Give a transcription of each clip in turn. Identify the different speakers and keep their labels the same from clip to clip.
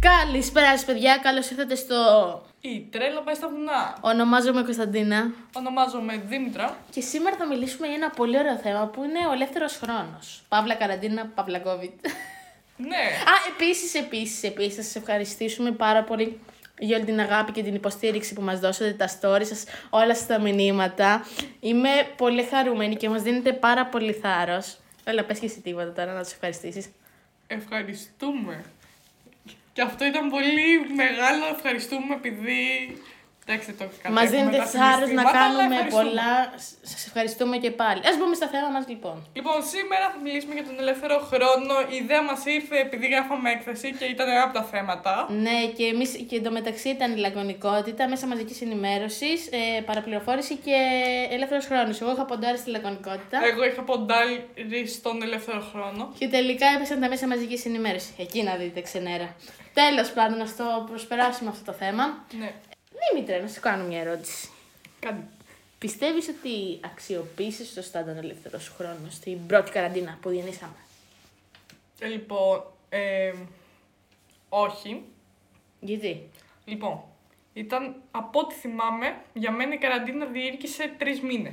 Speaker 1: Καλησπέρα σας παιδιά, καλώς ήρθατε στο...
Speaker 2: Η τρέλα πάει στα βουνά.
Speaker 1: Ονομάζομαι Κωνσταντίνα
Speaker 2: Ονομάζομαι Δήμητρα.
Speaker 1: και σήμερα θα μιλήσουμε για ένα πολύ ωραίο θέμα που είναι ο ελεύθερος χρόνος. Παύλα καραντίνα, παύλα COVID.
Speaker 2: Ναι.
Speaker 1: Α, επίσης, επίσης, επίσης, θα σας ευχαριστήσουμε πάρα πολύ για όλη την αγάπη και την υποστήριξη που μας δώσατε, τα stories σας, όλα σας τα μηνύματα. Είμαι πολύ χαρούμενη και μας δίνετε πάρα πολύ θάρρος. Έλα, πες και εσύ τίποτα τώρα να τους ευχαριστήσεις.
Speaker 2: Ευχαριστούμε. Και αυτό ήταν πολύ μεγάλο. Ευχαριστούμε επειδή. Εντάξει, το
Speaker 1: Μα
Speaker 2: κατέχουμε
Speaker 1: δίνετε
Speaker 2: τα
Speaker 1: θάρρο να
Speaker 2: συναισθήματα, αλλά
Speaker 1: κάνουμε
Speaker 2: ευχαριστούμε.
Speaker 1: πολλά. Σας ευχαριστούμε και πάλι. Ας μπούμε στα θέματα μας λοιπόν.
Speaker 2: Λοιπόν, σήμερα θα μιλήσουμε για τον ελεύθερο χρόνο. Η ιδέα μας ήρθε επειδή γράφαμε έκθεση και ήταν ένα από τα θέματα.
Speaker 1: Ναι, και εμείς και εντωμεταξύ ήταν η λακωνικότητα, μέσα μαζικής ενημέρωσης, ε, παραπληροφόρηση και ελεύθερος χρόνος. Εγώ είχα ποντάρει στη λακωνικότητα.
Speaker 2: Εγώ είχα ποντάρει στον ελεύθερο χρόνο.
Speaker 1: Και τελικά έπεσαν τα μέσα μαζικής ενημέρωσης. Εκεί να δείτε ξενέρα. Τέλος πάντων, να το προσπεράσουμε αυτό το θέμα.
Speaker 2: Ναι.
Speaker 1: Δήμητρα, να σου κάνω μια ερώτηση.
Speaker 2: Κάτι.
Speaker 1: Πιστεύεις ότι αξιοποίησες σωστά τον ελεύθερο σου χρόνο στην πρώτη καραντίνα που διανύσαμε.
Speaker 2: Ε, Λοιπόν, ε, όχι.
Speaker 1: Γιατί.
Speaker 2: Λοιπόν, ήταν από ό,τι θυμάμαι, για μένα η καραντίνα διήρκησε τρεις μήνες.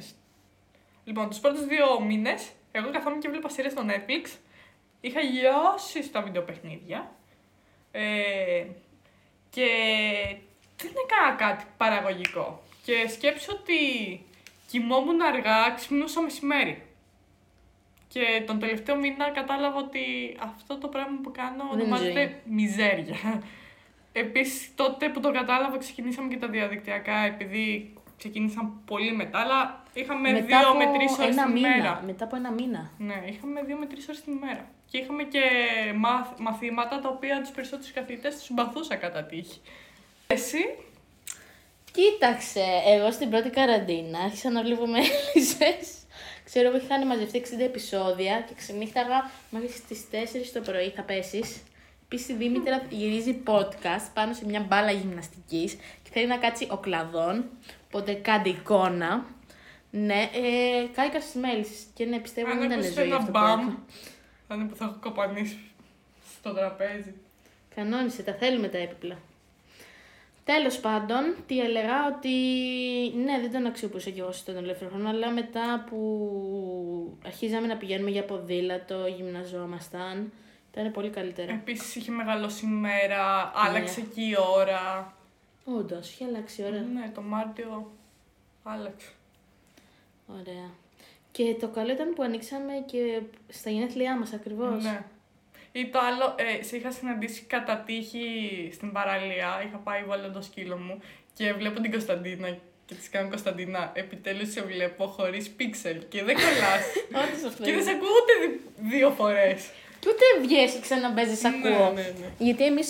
Speaker 2: Λοιπόν, τους πρώτους δύο μήνες, εγώ καθόμουν και βλέπα σειρές στο Netflix. Είχα λιώσει στα βιντεοπαιχνίδια. Ε, και δεν έκανα κάτι παραγωγικό. Και σκέψω ότι κοιμόμουν αργά, ξυπνούσα μεσημέρι. Και τον τελευταίο μήνα κατάλαβα ότι αυτό το πράγμα που κάνω
Speaker 1: Δεν είναι
Speaker 2: ονομάζεται μιζέρια. Επίσης, τότε που το κατάλαβα, ξεκινήσαμε και τα διαδικτυακά, επειδή ξεκίνησαν πολύ μετά, αλλά είχαμε δύο με τρεις ώρες
Speaker 1: ένα
Speaker 2: την
Speaker 1: μήνα.
Speaker 2: ημέρα.
Speaker 1: Μετά από ένα μήνα.
Speaker 2: Ναι, είχαμε δύο με τρεις ώρες την ημέρα. Και είχαμε και μαθ, μαθήματα τα οποία τους περισσότερους καθηγητές τους συμπαθούσα κατά τύχη. Εσύ,
Speaker 1: Κοίταξε, εγώ στην πρώτη καραντίνα άρχισα να βλέπω μέλισσε. Ξέρω εγώ είχαν μαζευτεί 60 επεισόδια και ξενύχταγα μέχρι τι 4 το πρωί θα πέσεις. Επίσης η Δήμητρα γυρίζει podcast πάνω σε μια μπάλα γυμναστικής και θέλει να κάτσει ο κλαδόν. Οπότε κάντε εικόνα. Ναι, ε, κάηκα στι μέλισσε και ναι, πιστεύω
Speaker 2: αν
Speaker 1: δεν ήταν
Speaker 2: ακούσει
Speaker 1: ζωή
Speaker 2: ένα
Speaker 1: αυτό που
Speaker 2: μπαμ,
Speaker 1: έκανα.
Speaker 2: θα είναι που θα έχω κοπανίσει στο τραπέζι.
Speaker 1: Κανόνισε, τα θέλουμε τα έπιπλα. Τέλος πάντων, τι έλεγα ότι ναι, δεν τον αξιοποιούσα κι εγώ στον ελεύθερο χρόνο, αλλά μετά που αρχίζαμε να πηγαίνουμε για ποδήλατο, γυμναζόμασταν, ήταν πολύ καλύτερα.
Speaker 2: Επίσης, είχε μεγαλώσει η
Speaker 1: Ναι.
Speaker 2: μέρα, άλλαξε και η ώρα.
Speaker 1: Όντως, είχε αλλάξει η ώρα.
Speaker 2: Ναι, το Μάρτιο άλλαξε.
Speaker 1: Ωραία. Και το καλό ήταν που ανοίξαμε και στα γενέθλιά μας ακριβώς.
Speaker 2: Ναι. Ή το άλλο, ε, σε είχα συναντήσει κατά τύχη στην παραλία. Είχα πάει βάλω το σκύλο μου και βλέπω την Κωνσταντίνα και της κάνω Κωνσταντίνα. Επιτέλους σε βλέπω χωρίς πίξελ και δεν κολλάς.
Speaker 1: Όντως αυτό.
Speaker 2: και δεν
Speaker 1: είναι.
Speaker 2: σε ακούω ούτε δι- δύο φορές.
Speaker 1: Και ούτε βγες ξαναμπέζεις ακούω.
Speaker 2: Ναι, ναι, ναι.
Speaker 1: Γιατί εμείς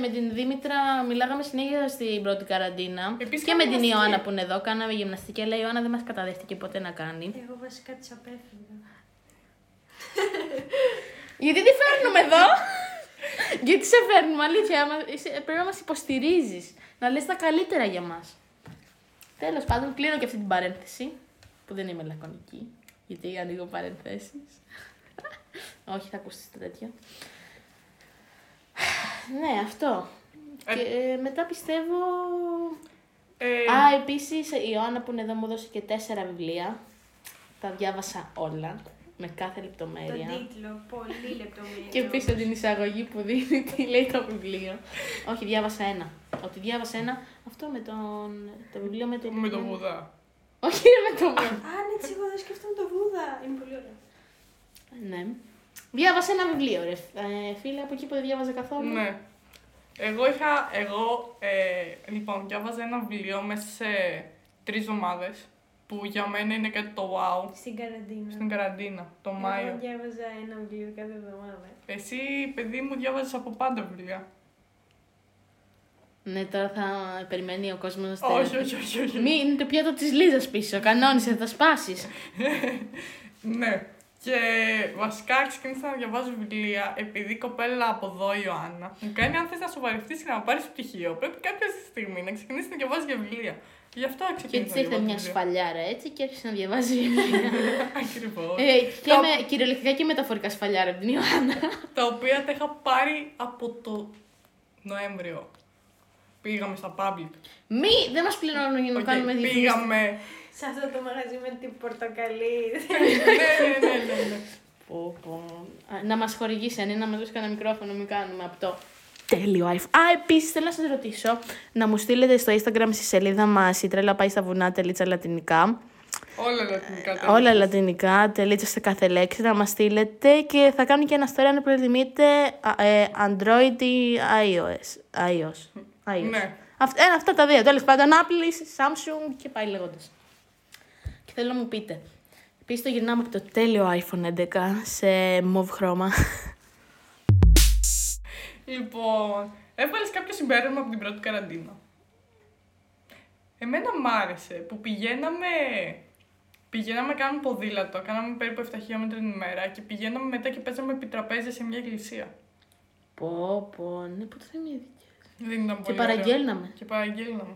Speaker 1: με την Δήμητρα μιλάγαμε συνέχεια στην πρώτη καραντίνα.
Speaker 2: Επίσης
Speaker 1: και με την
Speaker 2: γυμναστική.
Speaker 1: Ιωάννα που είναι εδώ, κάναμε γυμναστική, αλλά η Ιωάννα δεν μας καταδέχτηκε ποτέ να κάνει.
Speaker 3: Εγώ βασικά της απέφυγα.
Speaker 1: Γιατί τη φέρνουμε εδώ! Γιατί σε φέρνουμε, αλήθεια. άμα είσαι- Πρέπει να μας υποστηρίζεις. Να λες τα καλύτερα για μας. Τέλος πάντων, κλείνω και αυτή την παρένθεση. Που δεν είμαι λακωνική. Γιατί ανοίγω παρενθέσεις. Όχι, θα ακούσετε τέτοια. ναι, αυτό.
Speaker 2: Ε.
Speaker 1: και ε, μετά πιστεύω.
Speaker 2: Ε,
Speaker 1: Α, επίσης η Ιωάννα που είναι εδώ μου έδωσε και τέσσερα βιβλία. Τα διάβασα όλα. Με κάθε λεπτομέρεια.
Speaker 3: Τον τίτλο, πολύ λεπτομερή.
Speaker 1: Και πίσω την εισαγωγή που δίνει, τι λέει το βιβλίο. Όχι, διάβασα ένα. Ότι διάβασα ένα, αυτό με τον. Το βιβλίο με τον.
Speaker 2: με τον Βουδά.
Speaker 1: Όχι, ρε, με τον Βουδά.
Speaker 3: Α, ναι, έτσι εγώ δεν σκεφτόμουν το Βούδα. Είναι πολύ ωραίο.
Speaker 1: Ναι. Διάβασα ένα βιβλίο, ρε. Ε, φίλε, από εκεί που δεν διάβαζα καθόλου.
Speaker 2: Ναι. Εγώ είχα, εγώ, ε, λοιπόν, διάβαζα ένα βιβλίο μέσα σε τρεις εβδομάδε που για μένα είναι κάτι το wow
Speaker 3: Στην καραντίνα.
Speaker 2: στην καραντίνα, το Μάιο.
Speaker 3: Εγώ διάβαζα ένα βιβλίο κάθε εβδομάδα.
Speaker 2: Εσύ, παιδί μου, διάβαζες από πάντα βιβλία.
Speaker 1: Ναι, τώρα θα περιμένει ο κόσμος να στέλνει.
Speaker 2: Όχι, όχι, όχι. Ε, όχι.
Speaker 1: Μην είναι το πιάτο της Λίζας πίσω. Κανόνισε, θα σπάσεις.
Speaker 2: Ναι. Και βασικά ξεκίνησα να διαβάζω βιβλία επειδή η κοπέλα από εδώ, η Ιωάννα, μου κάνει αν θες να σοβαρευτείς και να πάρεις πτυχίο. Πρέπει κάποια στιγμή να ξεκινήσεις να διαβάζεις για βιβλία. Γι' αυτό
Speaker 1: και
Speaker 2: ξεκίνησα.
Speaker 1: τη ήρθε μια σφαλιάρα έτσι και άρχισε να διαβάζει βιβλία.
Speaker 2: Ακριβώς.
Speaker 1: ε, και με, κυριολεκτικά και μεταφορικά σφαλιάρα από την Ιωάννα.
Speaker 2: τα οποία τα είχα πάρει από το Νοέμβριο. Πήγαμε στα public.
Speaker 1: Μη, δεν μας πληρώνουν για να
Speaker 2: Οκ,
Speaker 1: κάνουμε διαφήμιση.
Speaker 2: πήγαμε.
Speaker 3: Σε αυτό το μαγαζί με την πορτοκαλί.
Speaker 2: ναι, ναι, ναι, ναι, ναι.
Speaker 1: Πω, πω. Α, Να μας χορηγήσει, αν είναι να μας δώσεις κανένα μικρόφωνο, μην κάνουμε αυτό. Τέλειο iPhone. Α, επίσης θέλω να σας ρωτήσω να μου στείλετε στο Instagram στη σελίδα μας η τρέλα πάει στα βουνά τελίτσα λατινικά.
Speaker 2: Όλα λατινικά. τέλος.
Speaker 1: Όλα λατινικά, τελίτσα σε κάθε λέξη, να μας στείλετε και θα κάνουμε και ένα story αν προτιμείτε α, ε, Android ή iOS. iOS. iOS.
Speaker 2: Ναι.
Speaker 1: Αυτ, ε, αυτά τα δύο. Τέλος πάντων, Apple, Samsung και πάει λέγοντας. Και θέλω να μου πείτε. Επίσης το γυρνάμε από το τέλειο iPhone 11 σε μοβ χρώμα.
Speaker 2: Λοιπόν, έβγαλες κάποιο συμπέρασμα από την πρώτη καραντίνα. Εμένα μ' άρεσε που πηγαίναμε. Πηγαίναμε, κάναμε ποδήλατο, κάναμε περίπου 7 χιλιόμετρα την ημέρα και πηγαίναμε μετά και παίζαμε επί τραπέζια σε μια εκκλησία.
Speaker 1: πω, πω, ναι, που το θυμήθηκε.
Speaker 2: Δεν ήταν
Speaker 1: Και
Speaker 2: πολύ ωραίο.
Speaker 1: παραγγέλναμε.
Speaker 2: Και παραγγέλναμε.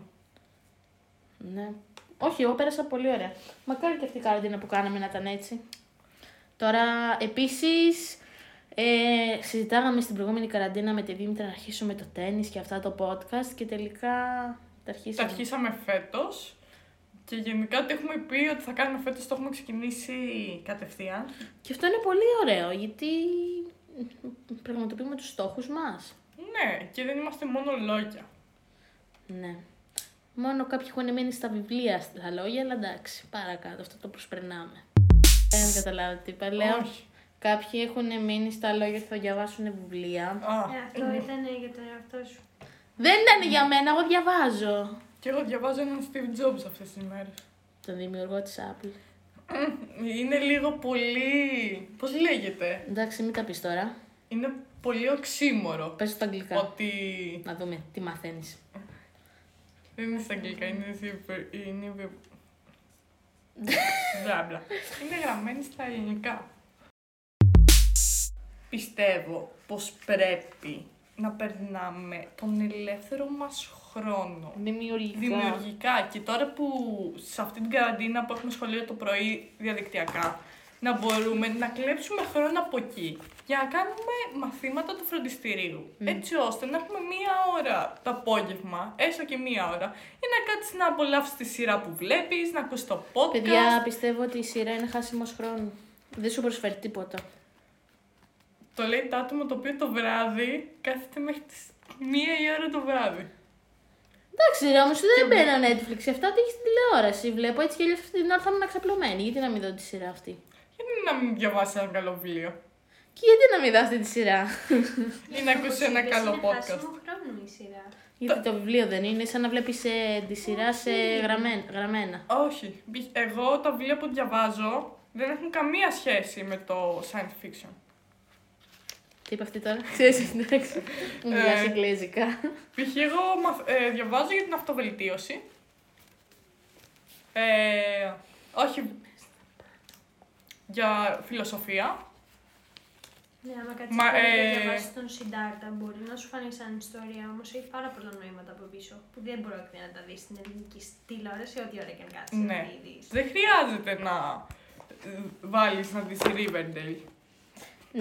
Speaker 1: Ναι. Όχι, εγώ πέρασα πολύ ωραία. Μακάρι και αυτή η καραντίνα που κάναμε να ήταν έτσι. Τώρα, επίσης, ε, συζητάγαμε στην προηγούμενη καραντίνα με τη Δήμητρα να αρχίσουμε το τέννις και αυτά το podcast και τελικά τα
Speaker 2: Τα
Speaker 1: αρχίσαμε.
Speaker 2: αρχίσαμε φέτος. Και γενικά το έχουμε πει ότι θα κάνουμε φέτος, το έχουμε ξεκινήσει κατευθείαν.
Speaker 1: Και αυτό είναι πολύ ωραίο, γιατί πραγματοποιούμε τους στόχους μας.
Speaker 2: Ναι, και δεν είμαστε μόνο λόγια.
Speaker 1: Ναι. Μόνο κάποιοι έχουν μείνει στα βιβλία, στα λόγια, αλλά εντάξει, παρακάτω, αυτό το προσπερνάμε. Δεν καταλάβατε τι είπα, λέω.
Speaker 2: Όχι.
Speaker 1: Κάποιοι έχουν μείνει στα λόγια ότι θα διαβάσουν βιβλία.
Speaker 2: Α,
Speaker 3: Ε, Αυτό ήταν για τον εαυτό σου.
Speaker 1: Δεν ήταν για μένα, εγώ διαβάζω.
Speaker 2: και εγώ διαβάζω έναν Steve Jobs αυτές τις μέρες.
Speaker 1: Τον δημιουργό της Apple.
Speaker 2: Είναι λίγο πολύ. Πώς λέγεται.
Speaker 1: Εντάξει, μην τα πεις τώρα.
Speaker 2: Είναι πολύ οξύμορο.
Speaker 1: Πες τα αγγλικά.
Speaker 2: Ότι.
Speaker 1: Να δούμε τι μαθαίνεις.
Speaker 2: Δεν είναι στα αγγλικά, είναι. Super... είναι... βε- Μπλα, μπλα. Είναι γραμμένη στα ελληνικά. Πιστεύω πως πρέπει να περνάμε τον ελεύθερο μας χρόνο
Speaker 1: Δημιουργικά.
Speaker 2: δημιουργικά. Και τώρα που σε αυτή την καραντίνα που έχουμε σχολείο το πρωί διαδικτυακά, να μπορούμε να κλέψουμε χρόνο από εκεί για να κάνουμε μαθήματα του φροντιστηρίου. Έτσι ώστε να έχουμε μία ώρα το απόγευμα, έστω και μία ώρα, για να κάτσεις να απολαύσεις τη σειρά που βλέπεις, να ακούσεις το podcast.
Speaker 1: Παιδιά, πιστεύω ότι η σειρά είναι χάσιμος χρόνου. Δεν σου προσφέρει τίποτα.
Speaker 2: Το λέει το άτομο το οποίο το βράδυ κάθεται μέχρι τις μία η ώρα το βράδυ.
Speaker 1: Εντάξει, ρε, όμως δεν μπαίνω Netflix. Αυτά τα έχει στην τηλεόραση. Βλέπω έτσι και αλλιώς αυτή την ώρα θα ήμουν ξαπλωμένη. Γιατί να μην δω τη σειρά αυτή.
Speaker 2: Γιατί να μην διαβάσεις ένα καλό βιβλίο
Speaker 1: Και γιατί να μην δω αυτή τη σειρά.
Speaker 2: ή να ακούσεις ένα
Speaker 3: Όπως
Speaker 2: καλό
Speaker 3: είπες, Είναι
Speaker 2: podcast.
Speaker 3: χάσιμο χρόνο η σειρά.
Speaker 1: γιατί το βιβλίο δεν είναι, σαν να βλέπεις τη σειρά σε γραμμέ- γραμμένα.
Speaker 2: Όχι. Μπι- Εγώ τα βιβλία που διαβάζω δεν έχουν καμία σχέση με το science fiction.
Speaker 1: Τι είπε αυτή τώρα. Ξέρεις, εντάξει. Ε. Μου μιλάς εγγλέζικα.
Speaker 2: Π.χ. εγώ μαθ- ε, διαβάζω για την αυτοβελτίωση. Ε, όχι. Για φιλοσοφία.
Speaker 3: Ναι, άμα κάτσεις
Speaker 2: Μα,
Speaker 3: Μα,
Speaker 2: ε,
Speaker 3: και διαβάσεις τον Συντάρτα, μπορεί να σου φανεί σαν ιστορία, όμως έχει πάρα πολλά νοήματα από πίσω, που δεν πρόκειται να τα δεις στην ελληνική τηλεόραση, ό,τι ώρα και αν κάτσεις να
Speaker 2: Ναι.
Speaker 3: τη δεις.
Speaker 2: Δεν χρειάζεται να ε, βάλεις να δεις Riverdale.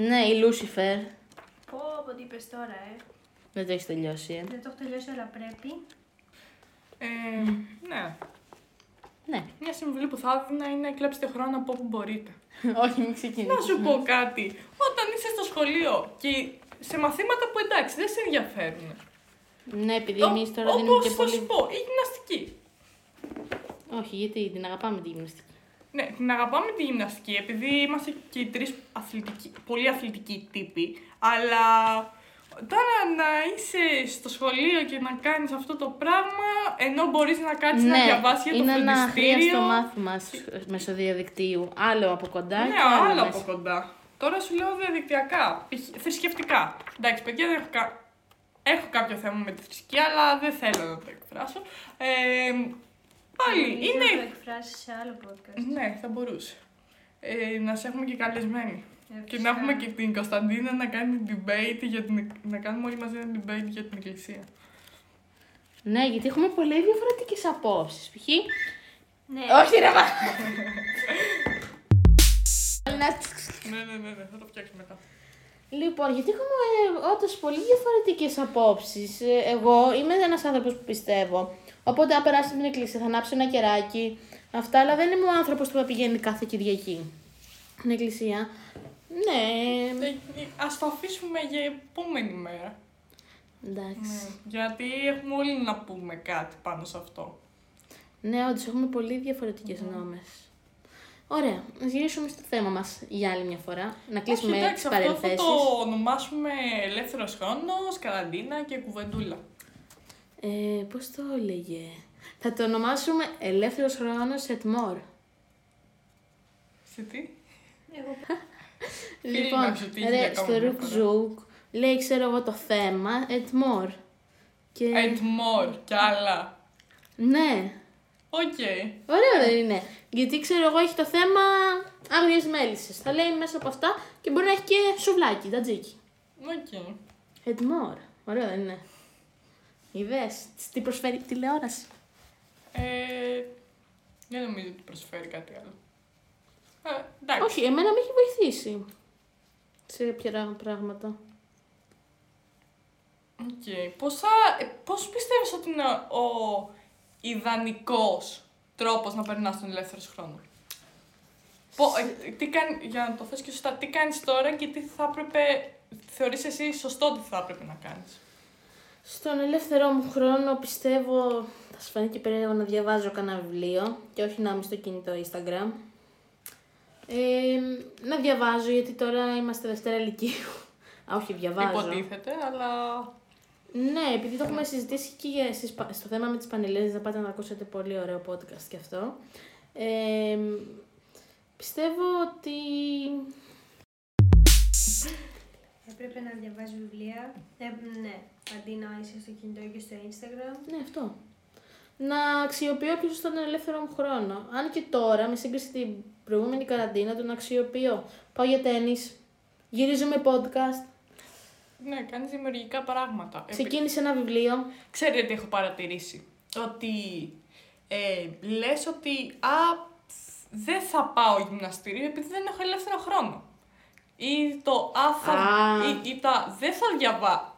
Speaker 1: ναι, η Λούσιφερ.
Speaker 3: Πω, πω, τι είπες τώρα, ε.
Speaker 1: Δεν το έχεις τελειώσει. Ε.
Speaker 3: Δεν το έχω τελειώσει, αλλά πρέπει.
Speaker 2: Ε, ναι.
Speaker 1: Ναι.
Speaker 2: Μια συμβουλή που θα έδινα είναι κλέψτε χρόνο από όπου μπορείτε.
Speaker 1: Όχι, μην
Speaker 2: Να
Speaker 1: ξεκινήσει.
Speaker 2: σου πω κάτι. Όταν είσαι στο σχολείο και σε μαθήματα που εντάξει δεν σε ενδιαφέρουν.
Speaker 1: ναι, επειδή εμείς τώρα δεν είναι
Speaker 2: Όπως
Speaker 1: και
Speaker 2: θα σου
Speaker 1: πολύ.
Speaker 2: πω, η γυμναστική.
Speaker 1: Όχι, γιατί την αγαπάμε τη γυμναστική.
Speaker 2: Ναι, την αγαπάμε τη γυμναστική επειδή είμαστε και οι τρεις πολύ αθλητικοί τύποι. Αλλά τώρα να είσαι στο σχολείο και να κάνεις αυτό το πράγμα ενώ μπορείς να κάτσεις να διαβάσεις για το
Speaker 1: Ναι, είναι ένα
Speaker 2: φροντιστήριο.
Speaker 1: αχρίαστο μάθημα σ- μέσω διαδικτύου. Άλλο από κοντά
Speaker 2: Ναι,
Speaker 1: και άλλο,
Speaker 2: άλλο
Speaker 1: μέσα.
Speaker 2: από κοντά. Τώρα σου λέω διαδικτυακά, π.χ. θρησκευτικά. Εντάξει, παιδιά, δεν έχω, κα- έχω κάποιο θέμα με τη θρησκεία, αλλά δεν θέλω να το εκφράσω. Ε, πάλι,
Speaker 3: Μπορείς Να το
Speaker 2: είναι...
Speaker 3: εκφράσεις σε άλλο podcast.
Speaker 2: Ναι, θα μπορούσε. Ε, να σε έχουμε και καλεσμένοι. Και να
Speaker 3: Ευχαριστώ.
Speaker 2: έχουμε και την Κωνσταντίνα να κάνει debate για την... να κάνουμε όλοι μαζί ένα debate για την εκκλησία.
Speaker 1: Ναι, γιατί έχουμε πολύ διαφορετικές απόψεις. Π.χ.
Speaker 2: Ε,
Speaker 3: Ναι,
Speaker 1: Όχι, ρε μα. Να-
Speaker 2: ναι, ναι, ναι, ναι, θα το φτιάξουμε μετά.
Speaker 1: Λοιπόν, γιατί έχουμε όντως πολύ διαφορετικές απόψεις. Εγώ είμαι ένας άνθρωπος που πιστεύω. Οπότε, αν περάσει την εκκλησία, θα ανάψω ένα κεράκι. Αυτά, αλλά δεν είμαι ο άνθρωπος που θα πηγαίνει κάθε Κυριακή στην εκκλησία. Ναι.
Speaker 2: Ας το αφήσουμε για επόμενη μέρα. Ναι.
Speaker 1: Εντάξει.
Speaker 2: Γιατί έχουμε όλοι να πούμε κάτι πάνω σε αυτό.
Speaker 1: Ναι, όντως έχουμε πολύ διαφορετικές
Speaker 2: Ναι.
Speaker 1: γνώμε. Ωραία, ας γυρίσουμε στο θέμα μας για άλλη μια φορά. Να κλείσουμε
Speaker 2: Όχι, εντάξει,
Speaker 1: τις
Speaker 2: αυτό θα
Speaker 1: παρενθέσει.
Speaker 2: το ονομάσουμε ελεύθερος χρόνος, καραντίνα και κουβεντούλα.
Speaker 1: Ε, Πώς το έλεγε. Θα το ονομάσουμε Ελεύθερος Χρόνος Set More.
Speaker 2: Σε τι?
Speaker 3: Εγώ
Speaker 2: Φίλοι, να
Speaker 1: Λοιπόν,
Speaker 2: ξετύχει για
Speaker 1: ρε,
Speaker 2: ακόμα
Speaker 1: στο
Speaker 2: μια
Speaker 1: Ρουκ
Speaker 2: φορά.
Speaker 1: Ζουκ λέει, ξέρω εγώ το θέμα, et more. Και...
Speaker 2: And more κι άλλα.
Speaker 1: Ναι,
Speaker 2: Οκ.
Speaker 1: ωραίο δεν είναι. Γιατί ξέρω εγώ έχει το θέμα άγριες μέλισσες. Θα λέει μέσα από αυτά και μπορεί να έχει και σουβλάκι, τατζίκι.
Speaker 2: Οκ.
Speaker 1: Et more. Ωραίο δεν είναι. Είδε τι προσφέρει η τηλεόραση.
Speaker 2: Ε, δεν νομίζω ότι προσφέρει κάτι άλλο. Ε, εντάξει.
Speaker 1: Όχι, εμένα με έχει βοηθήσει. Σε ποια πράγματα.
Speaker 2: Οκ. Πόσα, ε, πώς πιστεύεις ότι είναι ο ιδανικός τρόπος να περνάς τον ελεύθερο σου χρόνο. Πο, ε, τι κάνει, για να το θες και σωστά, τι κάνεις τώρα και τι θα έπρεπε, θεωρείς εσύ σωστό ότι θα έπρεπε να κάνεις.
Speaker 1: Στον ελεύθερό μου χρόνο πιστεύω θα σου φανεί και περίεργο να διαβάζω κανένα βιβλίο και όχι να είμαι στο κινητό Instagram. Ε, να διαβάζω γιατί τώρα είμαστε Δευτέρα Λυκείου. Α, όχι, διαβάζω.
Speaker 2: Υποτίθεται, αλλά...
Speaker 1: Ναι, επειδή το έχουμε συζητήσει και για στις πα- στο θέμα με τις πανελλήνες, να πάτε να ακούσετε πολύ ωραίο podcast και αυτό. Ε, πιστεύω ότι...
Speaker 3: έπρεπε να διαβάζει βιβλία. Ε, ναι, αντί να είσαι στο κινητό και στο Instagram.
Speaker 1: Ναι, αυτό. Να αξιοποιώ πιο σωστά τον ελεύθερο μου χρόνο. Αν και τώρα, με σύγκριση την προηγούμενη καραντίνα, τον αξιοποιώ. Πάω για τέννις, γυρίζω με
Speaker 2: Ε,
Speaker 1: podcast,
Speaker 2: Ναι, κάνεις δημιουργικά πράγματα. Ε, Επί-
Speaker 1: ξεκίνησε ένα βιβλίο.
Speaker 2: Ξέρετε τι έχω παρατηρήσει. Ότι ε, λες ότι α, δεν θα πάω γυμναστήριο επειδή δεν έχω ελεύθερο χρόνο. Ή το α, θα,
Speaker 1: Α.
Speaker 2: ή, ή τα δεν θα διαβάσω.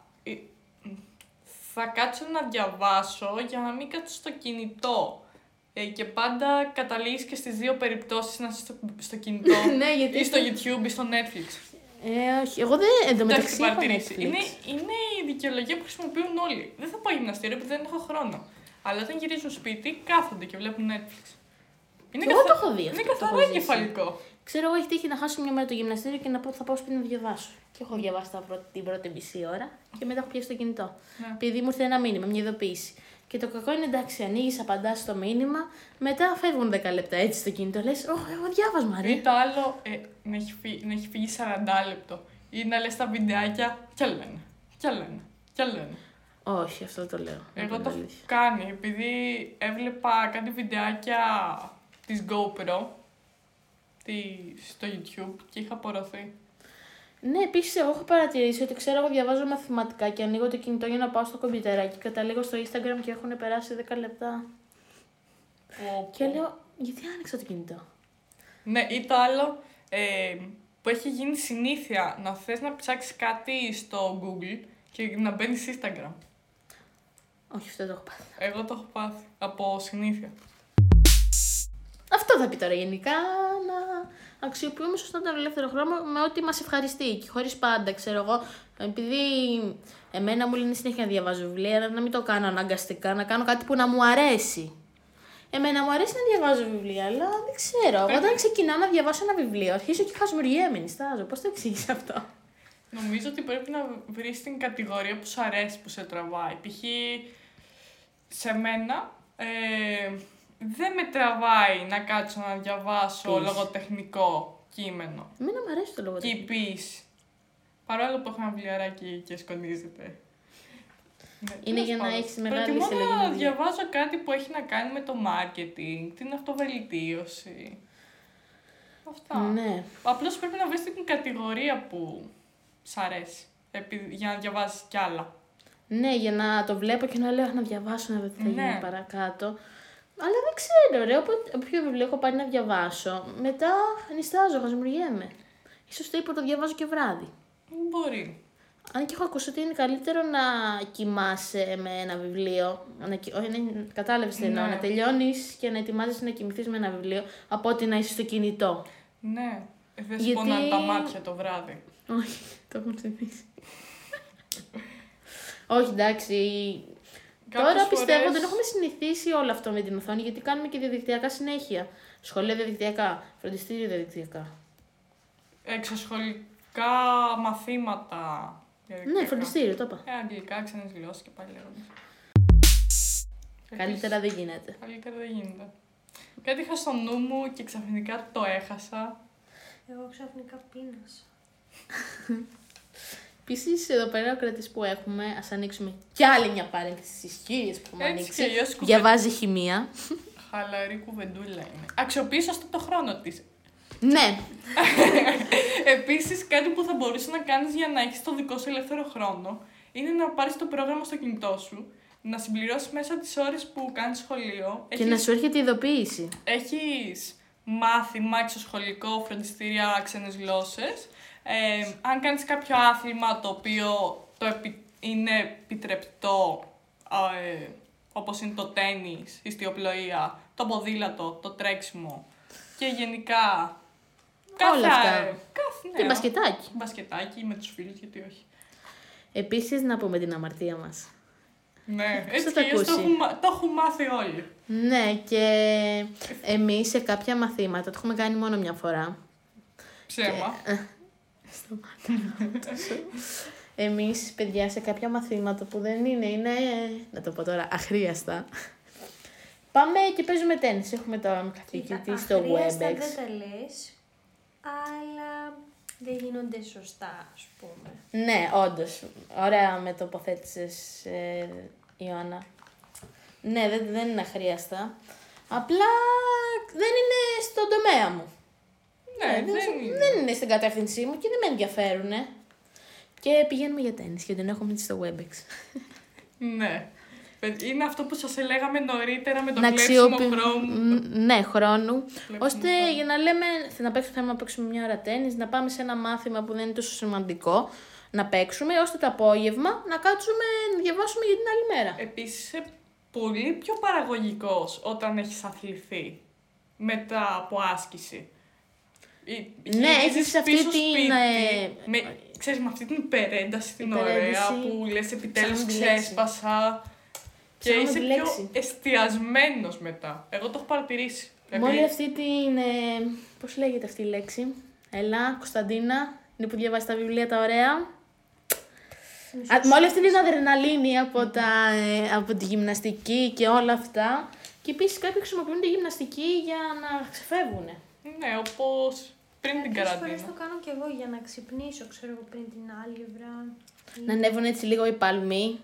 Speaker 2: Θα κάτσω να διαβάσω για να μην κάτσω στο κινητό. Ε, και πάντα καταλήγεις και στις δύο περιπτώσεις να είσαι στο, στο κινητό
Speaker 1: ναι, γιατί...
Speaker 2: ή Ε, στο YouTube ή στο Netflix.
Speaker 1: Ε, όχι. Εγώ δεν
Speaker 2: Εντάξει,
Speaker 1: εντωμεταξύ
Speaker 2: την
Speaker 1: είπα
Speaker 2: παρατηρήσεις.
Speaker 1: Netflix.
Speaker 2: Είναι, είναι η δικαιολογία που χρησιμοποιούν όλοι. Δεν θα πάω γυμναστήριο επειδή δεν έχω χρόνο. Αλλά όταν γυρίζουν σπίτι, κάθονται και βλέπουν Netflix. Είναι,
Speaker 1: Εγώ το έχω δει αυτό,
Speaker 2: είναι
Speaker 1: το έχω
Speaker 2: καθαρά
Speaker 1: ζήσει.
Speaker 2: εγκεφαλικό.
Speaker 1: Ξέρω εγώ έχει τύχει να χάσω μια μέρα το γυμναστήριο και να πω ότι θα πάω σπίτι να διαβάσω. Και έχω διαβάσει τα πρώτη, την πρώτη μισή ώρα και μετά έχω πιάσει το κινητό.
Speaker 2: Ναι.
Speaker 1: Επειδή μου ήρθε ένα μήνυμα, μια ειδοποίηση. Και το κακό είναι εντάξει, ανοίγεις, απαντάς στο μήνυμα, μετά φεύγουν 10 λεπτά έτσι στο κινητό. Λες, Ωχ, έχω διάβασμα, ρε.
Speaker 2: Ή το άλλο, ε, να, έχει φύγει, να έχει φύγει 40 λεπτό. Ή να λες τα βιντεάκια κι άλλο ένα. Κι άλλο ένα. Κι άλλο ένα.
Speaker 1: Όχι, αυτό το λέω. να πω
Speaker 2: Εγώ
Speaker 1: την
Speaker 2: το έχω
Speaker 1: αλήθεια.
Speaker 2: κάνει επειδή έβλεπα κάτι βιντεάκια της GoPro τη- στο YouTube και είχα απορροθεί.
Speaker 1: Ναι, επίσης εγώ έχω παρατηρήσει ότι ξέρω εγώ διαβάζω μαθηματικά και ανοίγω το κινητό για να πάω στο κομπιουτεράκι. Καταλήγω στο Instagram και έχουν περάσει 10 λεπτά.
Speaker 2: Πω,
Speaker 1: Και
Speaker 2: πω.
Speaker 1: λέω, γιατί άνοιξα το κινητό.
Speaker 2: Ναι, ή το άλλο ε, που έχει γίνει συνήθεια να θες να ψάξεις κάτι στο Google και να μπαίνεις Instagram.
Speaker 1: Όχι, αυτό το έχω πάθει.
Speaker 2: Εγώ το έχω πάθει από συνήθεια.
Speaker 1: Αυτό θα πει τώρα γενικά, να αξιοποιούμε σωστά τον ελεύθερο χρόνο με ό,τι μας ευχαριστεί και χωρίς πάντα, ξέρω εγώ. Επειδή εμένα μου λένε συνέχεια να διαβάζω βιβλία, να- να μην το κάνω αναγκαστικά, να κάνω κάτι που να μου αρέσει. Εμένα μου αρέσει να διαβάζω βιβλία, αλλά δεν ξέρω. Εγώ Όταν ξεκινάω να διαβάσω ένα βιβλίο, αρχίζω και χασμουριέμαι, νιστάζω. Πώς το εξήγησα αυτό.
Speaker 2: Νομίζω ότι πρέπει να βρεις την κατηγορία που σου αρέσει, που σε τραβάει. Π.χ. σε μένα ε, δεν με τραβάει να κάτσω να διαβάσω
Speaker 1: Ποίηση.
Speaker 2: λογοτεχνικό κείμενο
Speaker 1: Εμένα μου αρέσει το λόγο.
Speaker 2: και η ποίηση. Παρόλο που έχω ένα βιβλιαράκι και σκονίζεται. Ναι,
Speaker 1: Είναι
Speaker 2: τέλος
Speaker 1: για να
Speaker 2: πάντων.
Speaker 1: έχεις μεγάλη
Speaker 2: Προτιμώ
Speaker 1: συλλογή
Speaker 2: να
Speaker 1: βιβλίων.
Speaker 2: διαβάζω κάτι που έχει να κάνει με το marketing, την αυτοβελτίωση. Αυτά.
Speaker 1: Ναι.
Speaker 2: Απλώς πρέπει να βρεις την κατηγορία που σ' αρέσει. επει- για να διαβάζεις κι άλλα.
Speaker 1: Ναι, για να το βλέπω και να λέω «Α, να διαβάσω να δω τι θα γίνει
Speaker 2: Ναι.
Speaker 1: παρακάτω. Αλλά δεν ξέρω, ρε. Όποτε, όποιο βιβλίο έχω πάρει να διαβάσω, μετά νιστάζω, χασμουριέμαι. Ίσως το είπα το διαβάζω και βράδυ.
Speaker 2: Μπορεί.
Speaker 1: Αν και έχω ακούσει ότι είναι καλύτερο να κοιμάσαι με ένα βιβλίο. Να, κοι- όχι, ναι, κατάλαβες τι εννοώ.
Speaker 2: Ναι.
Speaker 1: Να τελειώνεις και να ετοιμάζεσαι να κοιμηθείς με ένα βιβλίο από ότι να είσαι στο κινητό.
Speaker 2: Ναι. Ε, Δεν
Speaker 1: Γιατί-
Speaker 2: σπονάνε τα μάτια το βράδυ.
Speaker 1: Όχι, το έχουν συνηθίσει. όχι, εντάξει. Τώρα
Speaker 2: Κάποιες
Speaker 1: πιστεύω
Speaker 2: φορές-
Speaker 1: δεν έχουμε συνηθίσει όλο αυτό με την οθόνη γιατί κάνουμε και διαδικτυακά συνέχεια. Σχολεία διαδικτυακά, φροντιστήριο διαδικτυακά.
Speaker 2: Εξασχολικά μαθήματα.
Speaker 1: Ναι,
Speaker 2: διαδικτυακά.
Speaker 1: φροντιστήριο, το είπα.
Speaker 2: Ε, αγγλικά, ξένες γλώσσες και πάλι λέγοντα.
Speaker 1: Καλύτερα δεν γίνεται.
Speaker 2: Καλύτερα δεν γίνεται. Κάτι είχα στο νου μου και ξαφνικά το έχασα.
Speaker 3: Εγώ ξαφνικά πείνασα.
Speaker 1: Επίσης, εδώ πέρα ο κρατής που έχουμε, ας ανοίξουμε κι άλλη μια παρένθεση στις κύριε που έχουμε
Speaker 2: Έτσι κι
Speaker 1: ανοίξει.
Speaker 2: αλλιώς κουβεν-
Speaker 1: Διαβάζει χημεία.
Speaker 2: Χαλαρή κουβεντούλα είναι. Αξιοποίησε αυτό το χρόνο της.
Speaker 1: ναι,
Speaker 2: Επίσης, κάτι που θα μπορούσε να κάνεις για να έχεις το δικό σου ελεύθερο χρόνο είναι να πάρεις το πρόγραμμα στο κινητό σου, να συμπληρώσεις μέσα τις ώρες που κάνεις σχολείο.
Speaker 1: και να σου έρχεται η ειδοποίηση.
Speaker 2: Ναι, Έχεις μάθημα εξωσχολικό, φροντιστήρια, ξένες γλώσσες. Ε, αν κάνεις κάποιο άθλημα το οποίο το επι- είναι επιτρεπτό, α, ε, όπως είναι το τέννις, η στιοπλοεία, το ποδήλατο, το τρέξιμο και γενικά...
Speaker 1: Όλα αυτά.
Speaker 2: κάθε,
Speaker 1: Και
Speaker 2: ναι,
Speaker 1: μπασκετάκι.
Speaker 2: μπασκετάκι με τους φίλους, γιατί όχι.
Speaker 1: Επίσης, να πούμε την αμαρτία μας.
Speaker 2: Ναι,
Speaker 1: Ποιος θα
Speaker 2: έτσι
Speaker 1: τα
Speaker 2: και αλλιώς το,
Speaker 1: ακούσει?
Speaker 2: έχουμε, το έχουμε μάθει όλοι.
Speaker 1: Ναι, και εμείς σε κάποια μαθήματα το έχουμε κάνει μόνο μια φορά.
Speaker 2: Ψέμα.
Speaker 1: Εμείς, παιδιά, σε κάποια μαθήματα που δεν είναι, είναι. Να το πω τώρα, αχρίαστα. Πάμε και παίζουμε τέννις. Έχουμε τον καθηγητή στο
Speaker 3: αχρίαστα
Speaker 1: WebEx.
Speaker 3: δεν τα λες, αλλά δεν γίνονται σωστά, ας πούμε.
Speaker 1: Ναι, όντως. Ωραία με τοποθέτησες, ε, Ιωάννα. Ναι, δεν, δεν είναι αχρίαστα. Απλά δεν είναι στον τομέα μου.
Speaker 2: Ναι,
Speaker 1: Ε, δεν,
Speaker 2: δεν είναι.
Speaker 1: δεν είναι στην κατεύθυνσή μου και δεν με ενδιαφέρουνε. Και πηγαίνουμε για τέννις και τον έχουμε στο WebEx.
Speaker 2: Ναι. Παιδ- Είναι αυτό που σας έλεγαμε νωρίτερα με το
Speaker 1: Να
Speaker 2: κλέψιμο
Speaker 1: αξιοποιη-
Speaker 2: χρώμου.
Speaker 1: Μ, Ναι, χρόνου.
Speaker 2: Βλέπουμε
Speaker 1: ώστε
Speaker 2: χρόνο.
Speaker 1: για να λέμε, θε- να παίξουμε, θέλουμε να παίξουμε μια ώρα τέννις, να πάμε σε ένα μάθημα που δεν είναι τόσο σημαντικό να παίξουμε, ώστε το απόγευμα να κάτσουμε να διαβάσουμε για την άλλη μέρα.
Speaker 2: Επίσης, είσαι πολύ πιο παραγωγικός όταν έχεις αθληθεί μετά από άσκηση. Ή- γυρίζεις
Speaker 1: Ναι, έχεις αυτή
Speaker 2: πίσω
Speaker 1: την,
Speaker 2: σπίτι
Speaker 1: ε,
Speaker 2: Με, ξέρεις, με αυτή την υπερένταση την ωραία
Speaker 1: Υπερένταση.
Speaker 2: που λες επιτέλους
Speaker 1: Ψάχνω τη λέξη.
Speaker 2: ξέσπασα και
Speaker 1: Ψάχνω
Speaker 2: είσαι
Speaker 1: τη
Speaker 2: πιο
Speaker 1: λέξη.
Speaker 2: εστιασμένος μετά. Εγώ το έχω παρατηρήσει.
Speaker 1: Με όλη
Speaker 2: Δηλαδή,
Speaker 1: αυτή την. Ε, Πώς λέγεται αυτή η λέξη. Έλα, Κωνσταντίνα, είναι που διαβάζεις τα βιβλία τα ωραία. Α, με όλη αυτή την αδρεναλίνη από, τα, ε, από τη γυμναστική και όλα αυτά. Και επίσης κάποιοι χρησιμοποιούν τη γυμναστική για να ξεφεύγουν.
Speaker 2: Ναι, όπως πριν την
Speaker 3: Κάποιες φορές
Speaker 2: καραντίνα.
Speaker 3: το κάνω κι εγώ για να ξυπνήσω, ξέρω εγώ, πριν την άλλη βράδυ.
Speaker 1: Να ανέβουν έτσι λίγο οι παλμοί.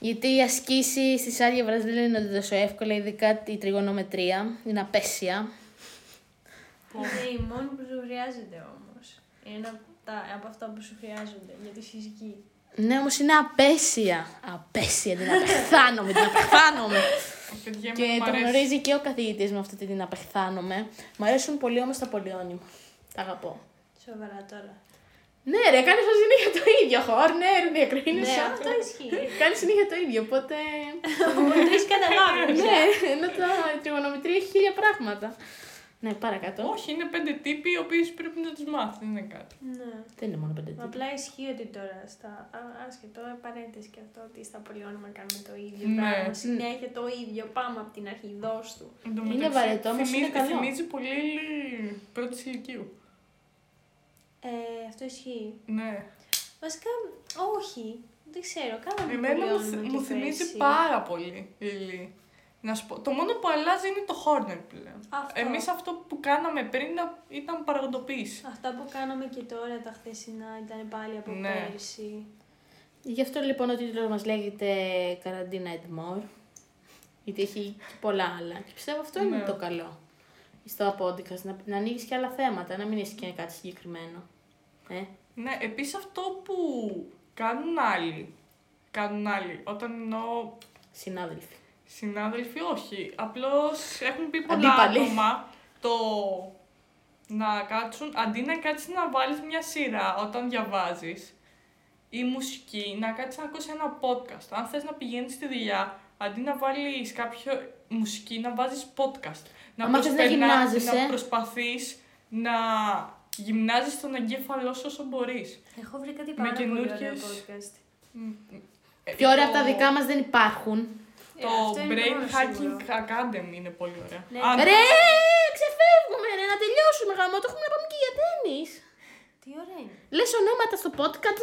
Speaker 1: Γιατί οι ασκήσεις στις άδειε δεν είναι τόσο εύκολα, ειδικά η τριγωνομετρία. Είναι απέσια.
Speaker 3: Είναι η μόνη που σου χρειάζεται όμως. Είναι από, τα, από αυτά που σου χρειάζονται για τη φυσική.
Speaker 1: Ναι, όμως είναι απέσια. Απέσια, την απεχθάνομαι, την απεχθάνομαι.
Speaker 2: Παιδιά, εμένα
Speaker 1: και
Speaker 2: μου
Speaker 1: το
Speaker 2: αρέσει.
Speaker 1: γνωρίζει και ο καθηγητής με αυτή την απεχθάνομαι. Μ' αρέσουν πολύ όμως τα πολυώνυμα. Τα αγαπώ.
Speaker 3: Σοβαρά τώρα.
Speaker 1: Ναι, ρε, κάνεις συνέχεια το ίδιο. Χόρνερ, διακρίνησα.
Speaker 3: ναι, αυτό ισχύει.
Speaker 1: Κάνεις συνέχεια το ίδιο, οπότε.
Speaker 3: Οπότε έχεις καταλάβει.
Speaker 1: ναι, ενώ τα η τριγωνομετρία έχει χίλια πράγματα. Ναι, παρακάτω.
Speaker 2: Όχι, είναι πέντε τύποι οι οποίοι πρέπει να τους μάθει. Δεν είναι κάτι.
Speaker 3: ναι.
Speaker 1: Δεν είναι μόνο πέντε τύποι.
Speaker 3: Απλά ισχύει ότι τώρα στα α, άσχετο παρένθεση και αυτό ότι στα πολυώνυμα κάνουμε το ίδιο
Speaker 2: Ναι.
Speaker 3: πράγμα. Συνέχεια το ίδιο. Πάμε από την αρχή, δώσ' του.
Speaker 2: Εν τω
Speaker 1: Είναι
Speaker 2: μεταξύ,
Speaker 1: βαρετό, όμως
Speaker 2: θυμίζει-
Speaker 1: είναι καλό.
Speaker 2: Θυμίζει πολύ πρώτη ηλικίου.
Speaker 3: Ε, αυτό ισχύει.
Speaker 2: Ναι.
Speaker 3: Βασικά, όχι. Δεν ξέρω. Κάναμε
Speaker 2: Εμένα μου, θυ-
Speaker 3: πολυώνυμα
Speaker 2: μου
Speaker 3: και
Speaker 2: θυμίζει
Speaker 3: πέρσι.
Speaker 2: πάρα πολύ η Λίλη. Να σου πω, το μόνο που αλλάζει είναι το χόρνερ πλέον.
Speaker 3: Αυτό.
Speaker 2: Εμείς αυτό που κάναμε πριν να- ήταν παραγοντοποίηση.
Speaker 3: Αυτά που κάναμε και τώρα τα χθεσινά ήταν πάλι από
Speaker 2: Ναι.
Speaker 3: πέρσι.
Speaker 1: Γι' αυτό λοιπόν ο τίτλος μας λέγεται Καραντίνα and More. Γιατί έχει και πολλά άλλα. Και πιστεύω αυτό είναι
Speaker 2: Ναι.
Speaker 1: το καλό. Στο podcast, να, να ανοίγεις και άλλα θέματα, να μην είσαι και κάτι συγκεκριμένο. Ε.
Speaker 2: Ναι, επίσης αυτό που κάνουν άλλοι. Κάνουν άλλοι. Όταν εννοώ
Speaker 1: Συνάδελφοι.
Speaker 2: Συνάδελφοι, όχι. Απλώς έχουν πει πολλά
Speaker 1: Αντίπαλοι.
Speaker 2: άτομα το να κάτσουν, αντί να κάτσεις να βάλεις μια σειρά όταν διαβάζεις ή μουσική, να κάτσεις να ακούσεις ένα podcast. Αν θες να πηγαίνεις στη δουλειά, αντί να βάλεις κάποιο μουσική, να βάζεις podcast. Να
Speaker 1: Άμα θες να
Speaker 2: προσπερνάς,
Speaker 1: γυμνάζεσαι.
Speaker 2: να προσπαθείς να γυμνάζεις τον εγκέφαλό σου όσο μπορείς.
Speaker 3: Έχω βρει κάτι πάρα πολύ ωραίο
Speaker 2: καινούργιες-
Speaker 3: podcast.
Speaker 2: Ε,
Speaker 1: Πιο ωραία
Speaker 2: το-
Speaker 1: από τα δικά μας δεν υπάρχουν.
Speaker 3: Ε,
Speaker 2: Το
Speaker 3: αυτό είναι
Speaker 2: Brain
Speaker 3: μόνο σίγουρο.
Speaker 2: Hacking Academy είναι πολύ ωραία.
Speaker 3: Ναι.
Speaker 2: Αν-
Speaker 1: Ρε, ξεφεύγουμε ρε, να τελειώσουμε γαμό, το έχουμε να πάμε και για τέννις.
Speaker 3: Τι ωραία είναι.
Speaker 1: Λες ονόματα στο podcast,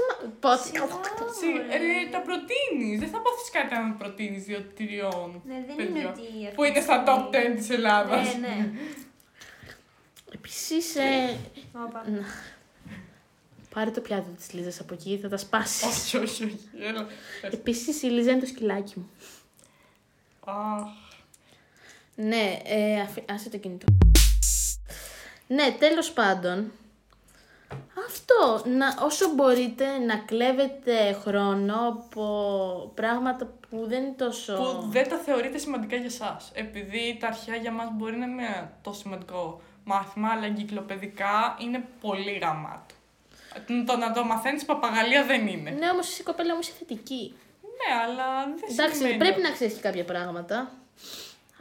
Speaker 1: podcast.
Speaker 3: Σιγά,
Speaker 2: Συ-
Speaker 3: μωρέ.
Speaker 2: Ρε, ε, τα προτείνεις. Δεν θα πάθεις κάτι αν προτείνεις δύο-τριών.
Speaker 3: Ναι, δεν
Speaker 2: Παιδιά.
Speaker 3: είναι ότι... αυτή
Speaker 2: Που είναι
Speaker 3: τη
Speaker 2: στα
Speaker 3: στιγμή-
Speaker 2: top 10 της Ελλάδας.
Speaker 3: Ναι, ναι.
Speaker 1: Επίσης, ε,
Speaker 3: Όπα.
Speaker 1: πάρε το πιάτο της Λίζας από εκεί, θα τα σπάσεις.
Speaker 2: Όχι, όχι, όχι. Έλα.
Speaker 1: Επίσης, η Λίζα είναι το σκυλάκι μου.
Speaker 2: Αχ.
Speaker 1: Ναι, ε, αφή- άσε το κινητό. Ναι, τέλος πάντων. Αυτό, να, όσο μπορείτε να κλέβετε χρόνο από πράγματα που δεν είναι τόσο...
Speaker 2: Που δεν τα θεωρείτε σημαντικά για εσά. Επειδή τα αρχαία για μας μπορεί να είναι το σημαντικό μάθημα, αλλά εγκυκλοπαιδικά είναι πολύ γαμάτο. Το να το μαθαίνεις παπαγαλία δεν είναι.
Speaker 1: Ναι, όμως εσύ κοπέλα μου είσαι θετική.
Speaker 2: Ναι, αλλά δεν
Speaker 1: Εντάξει,
Speaker 2: σημαίνει.
Speaker 1: πρέπει να ξέρεις και κάποια πράγματα,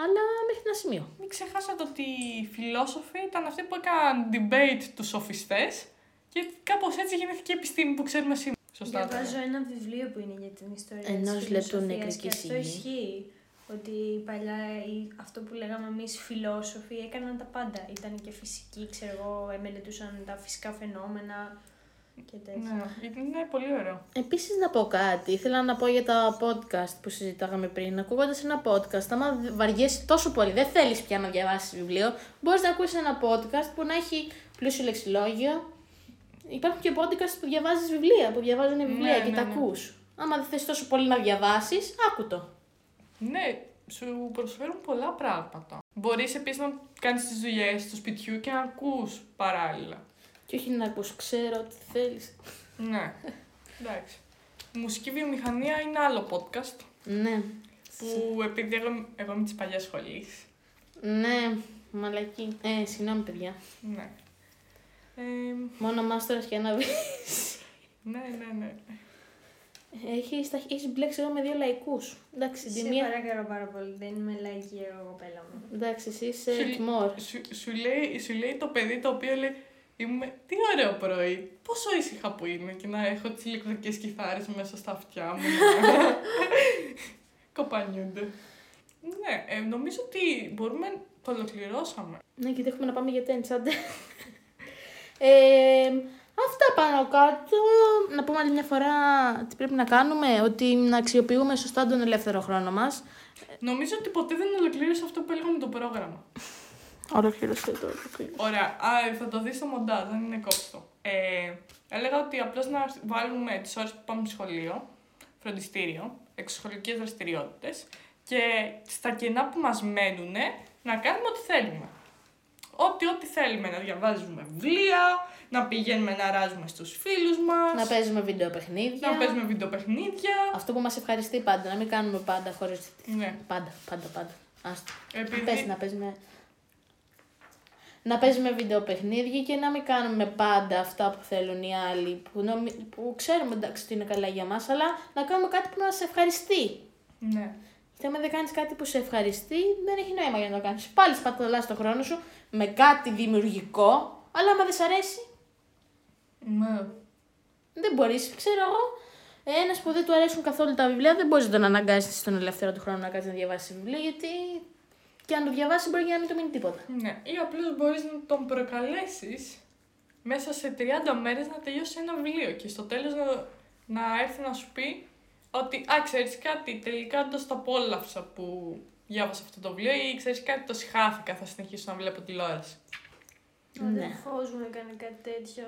Speaker 1: αλλά μέχρι ένα σημείο.
Speaker 2: Μην ξεχάσατε ότι οι φιλόσοφοι ήταν αυτοί που έκαναν debate τους σοφιστές και κάπως έτσι γεννήθηκε η επιστήμη που ξέρουμε σήμερα. Σωστά. τα
Speaker 3: Διαβάζω
Speaker 2: λέω.
Speaker 3: ένα βιβλίο που είναι για την ιστορία
Speaker 1: Ενός
Speaker 3: της
Speaker 1: λεπτού
Speaker 3: φιλοσοφίας
Speaker 1: νεκρική
Speaker 3: και αυτό
Speaker 1: σιγή.
Speaker 3: ισχύει. Ότι παλιά οι- αυτό που λέγαμε εμείς φιλόσοφοι έκαναν τα πάντα. Ήταν και φυσικοί, ξέρω εγώ, εμελετούσαν τα φυσικά φαινόμενα και τέτοια.
Speaker 2: Ναι, είναι πολύ ωραίο.
Speaker 1: Επίσης να πω κάτι, ήθελα να πω για τα podcast που συζητάγαμε πριν. Ακούγοντας ένα podcast, άμα δε- βαριέσαι τόσο πολύ, δεν θέλεις πια να διαβάσεις βιβλίο, μπορείς να ακούσεις ένα podcast που να έχει πλούσιο λεξιλόγιο. Υπάρχουν και podcast που διαβάζεις βιβλία, που διαβάζουν βιβλία
Speaker 2: Ναι,
Speaker 1: και
Speaker 2: ναι,
Speaker 1: τα
Speaker 2: ναι.
Speaker 1: ακούς. Άμα δεν θες τόσο πολύ να διαβάσεις, άκου το.
Speaker 2: Ναι, σου προσφέρουν πολλά πράγματα. Μπορείς επίσης να κάνεις τις δουλειές του σπιτιού και να ακούς παράλληλα.
Speaker 1: Και όχι να ακούς, ξέρω τι θέλεις.
Speaker 2: Ναι. Εντάξει. Μουσική βιομηχανία είναι άλλο podcast
Speaker 1: Ναι,
Speaker 2: που επειδή εγώ, εγώ είμαι της παλιάς σχολής,
Speaker 1: ναι, μαλακή. Ε, συγγνώμη παιδιά.
Speaker 2: ναι. Ε,
Speaker 1: Μόνο μάστορας και ένα βιβλίο.
Speaker 2: ναι, ναι, ναι.
Speaker 1: Έχεις, τα- έχεις μπλέξει εδώ με δύο λαϊκούς. Εντάξει,
Speaker 3: Σε
Speaker 1: τη μία
Speaker 3: παρακαλώ πάρα πολύ, δεν είμαι λαϊκή εγώ κοπέλα μου.
Speaker 1: Εντάξει, εσύ είσαι
Speaker 2: Χιλ-
Speaker 1: τιμόρ.
Speaker 2: Σου, σου, λέει, σου λέει το παιδί το οποίο λέει Είμαι, τι ωραίο πρωί, πόσο ήσυχα που είναι και να έχω τις ηλεκτρικές κιθάρες μέσα στα αυτιά μου. Κοπανιούνται. Ναι, ε, νομίζω ότι μπορούμε, το ολοκληρώσαμε.
Speaker 1: Ναι, γιατί έχουμε να πάμε για τέννις, άντε. Ε, αυτά πάνω κάτω. Να πούμε άλλη μια φορά τι πρέπει να κάνουμε, ότι να αξιοποιούμε σωστά τον ελεύθερο χρόνο μας.
Speaker 2: Νομίζω ότι ποτέ δεν ολοκλήρωσα αυτό που έλεγαμε το πρόγραμμα.
Speaker 1: Ολοκληρώστε το. ολοκληρώστε.
Speaker 2: Ωραία, α, θα το δεις στο μοντάζ, δεν είναι κόψτο. Ε, έλεγα ότι απλώς να βάλουμε τις ώρες που πάμε σχολείο, φροντιστήριο, εξωσχολικές δραστηριότητες και στα κενά που μας μένουν να κάνουμε ό,τι θέλουμε. Ό,τι, ό,τι θέλουμε, να διαβάζουμε βιβλία, να πηγαίνουμε να ράζουμε στους φίλους μας,
Speaker 1: Να
Speaker 2: να,
Speaker 1: παίζουμε βίντεο παιχνίδια.
Speaker 2: παίζουμε βιντεοπαιχνίδια.
Speaker 1: Αυτό που μας ευχαριστεί πάντα, να μην κάνουμε πάντα χωρίς...
Speaker 2: Ναι,
Speaker 1: Πάντα, πάντα, πάντα. Άστο.
Speaker 2: επειδή...
Speaker 1: Πες να παίζουμε... Να παίζουμε βίντεο παιχνίδια και να μην κάνουμε πάντα αυτά που θέλουν οι άλλοι, που, νομι- που ξέρουμε εντάξει ότι είναι καλά για μας, αλλά να κάνουμε κάτι που να σε ευχαριστεί.
Speaker 2: Ναι.
Speaker 1: Γιατί άμα δεν κάνεις κάτι που σε ευχαριστεί, δεν έχει νόημα για να το κάνεις. Πάλι σπαταλάς τον χρόνο σου με κάτι δημιουργικό, αλλά άμα δεν σ' αρέσει,
Speaker 2: ναι.
Speaker 1: δεν μπορείς. Ξέρω εγώ, ένας που δεν του αρέσουν καθόλου τα βιβλία, δεν μπορείς να τον αναγκάσεις στον ελεύθερο του χρόνο να κάτσει να διαβάσει βιβλίο, γιατί και αν το διαβάσει μπορεί και να μην το μείνει τίποτα.
Speaker 2: Ναι, ή απλώς μπορείς να τον προκαλέσεις μέσα σε 30 μέρες να τελειώσει ένα βιβλίο και στο τέλος να, να έρθει να σου πει ότι Α, ξέρεις κάτι, τελικά δεν το στα απόλαυσα που διάβασα αυτό το βιβλίο ή ξέρεις κάτι, το συχάθηκα, θα συνεχίσω να βλέπω τηλεόραση.
Speaker 3: Ο
Speaker 1: Ναι.
Speaker 3: αδερφός μου έκανε κάτι τέτοιο.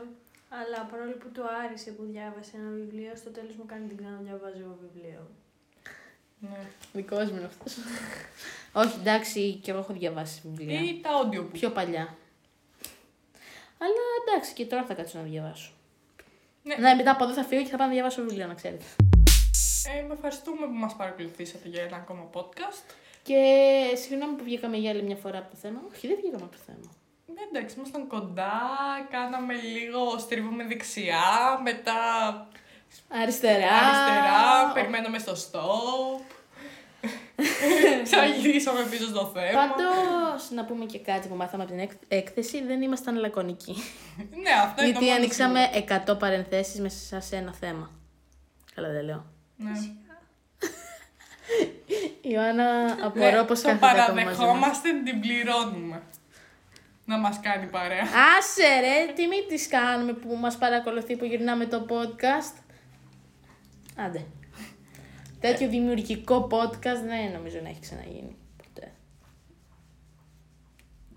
Speaker 3: Αλλά παρόλο που του άρεσε που διάβασε ένα βιβλίο, στο τέλος μου κάνει την ξανά να διαβάζω εγώ βιβλίο.
Speaker 2: Ναι.
Speaker 1: Δικό μου είναι αυτός. Όχι, εντάξει, και εγώ έχω διαβάσει βιβλία.
Speaker 2: Ή τα audio
Speaker 1: Πιο παλιά. Αλλά εντάξει, και τώρα θα κάτσω να διαβάσω.
Speaker 2: Ναι.
Speaker 1: Ναι. μετά από εδώ θα φύγω και θα πάω να διαβάσω βιβλίο, να ξέρετε.
Speaker 2: Ε, με ευχαριστούμε που μας παρακολουθήσατε για ένα ακόμα podcast.
Speaker 1: Και συγγνώμη που βγήκαμε για άλλη μια φορά από το θέμα. Όχι, δεν βγήκαμε από το θέμα.
Speaker 2: Ναι, Ναι, εντάξει, ήμασταν κοντά, κάναμε λίγο στρίβουμε δεξιά, μετά
Speaker 1: Αριστερά.
Speaker 2: αριστερά, περιμέναμε στο stop. Ξαναγυρίσαμε πίσω στο θέμα.
Speaker 1: Πάντως, να πούμε και κάτι που μάθαμε από την έκθ- έκθεση, δεν ήμασταν λακωνικοί.
Speaker 2: Ναι, αυτό είναι το
Speaker 1: Γιατί
Speaker 2: μόνο
Speaker 1: ανοίξαμε 100 παρενθέσεις μέσα σε ένα θέμα. Καλά, δεν λέω.
Speaker 2: σίγουρο. Ναι.
Speaker 1: Ιωάννα,
Speaker 2: Ναι,
Speaker 1: απορώ πως
Speaker 2: Το
Speaker 1: κάθεται ακόμα μαζί μας.
Speaker 2: παραδεχόμαστε, την πληρώνουμε. Να μας κάνει παρέα.
Speaker 1: Άσε ρε, τι μη τις κάνουμε που μας παρακολουθεί που γυρνάμε το podcast. Άντε. Τέτοιο δημιουργικό podcast δεν νομίζω να έχει ξαναγίνει ποτέ.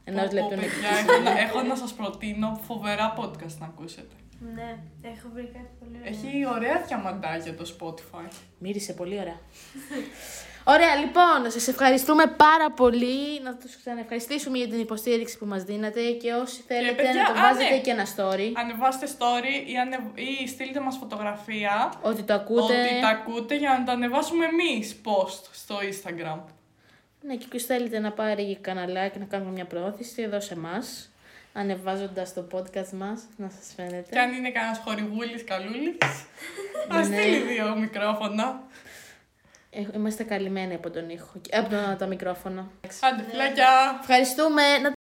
Speaker 1: Ενός
Speaker 2: Πω, πω,
Speaker 1: λεπτού ναι. να
Speaker 2: παιδιά, έχω, να- έχω να σας προτείνω φοβερά podcast να ακούσετε.
Speaker 3: Ναι, έχω βρει κάτι πολύ ωραίο.
Speaker 2: Έχει ωραία διαμαντάκια το Spotify.
Speaker 1: Μύρισε πολύ ωραία. Ωραία, λοιπόν, σας ευχαριστούμε πάρα πολύ. Να τους ξαναευχαριστήσουμε για την υποστήριξη που μας δίνατε και όσοι θέλετε
Speaker 2: παιδιά,
Speaker 1: να το
Speaker 2: α,
Speaker 1: βάζετε
Speaker 2: ναι.
Speaker 1: και ένα story.
Speaker 2: Ανεβάστε story ή, ανε... ή στείλτε μας φωτογραφία
Speaker 1: Ότι το ακούτε.
Speaker 2: ότι τα ακούτε για να τα ανεβάσουμε εμείς post στο Instagram.
Speaker 1: Ναι, και ποιος θέλετε να πάρει καναλάκι να κάνουμε μια προώθηση εδώ σε εμάς. Ανεβάζοντας το podcast μας, να σας φαίνεται.
Speaker 2: Και αν είναι κανένας χορηγούλης, καλούλης, θα
Speaker 1: Ναι.
Speaker 2: στείλει δύο μικρόφωνα.
Speaker 1: Ε, είμαστε καλυμμένοι από τον ήχο, και- από τα- τα μικρόφωνα.
Speaker 2: Άντε, φιλάκια!
Speaker 1: Ευχαριστούμε. Να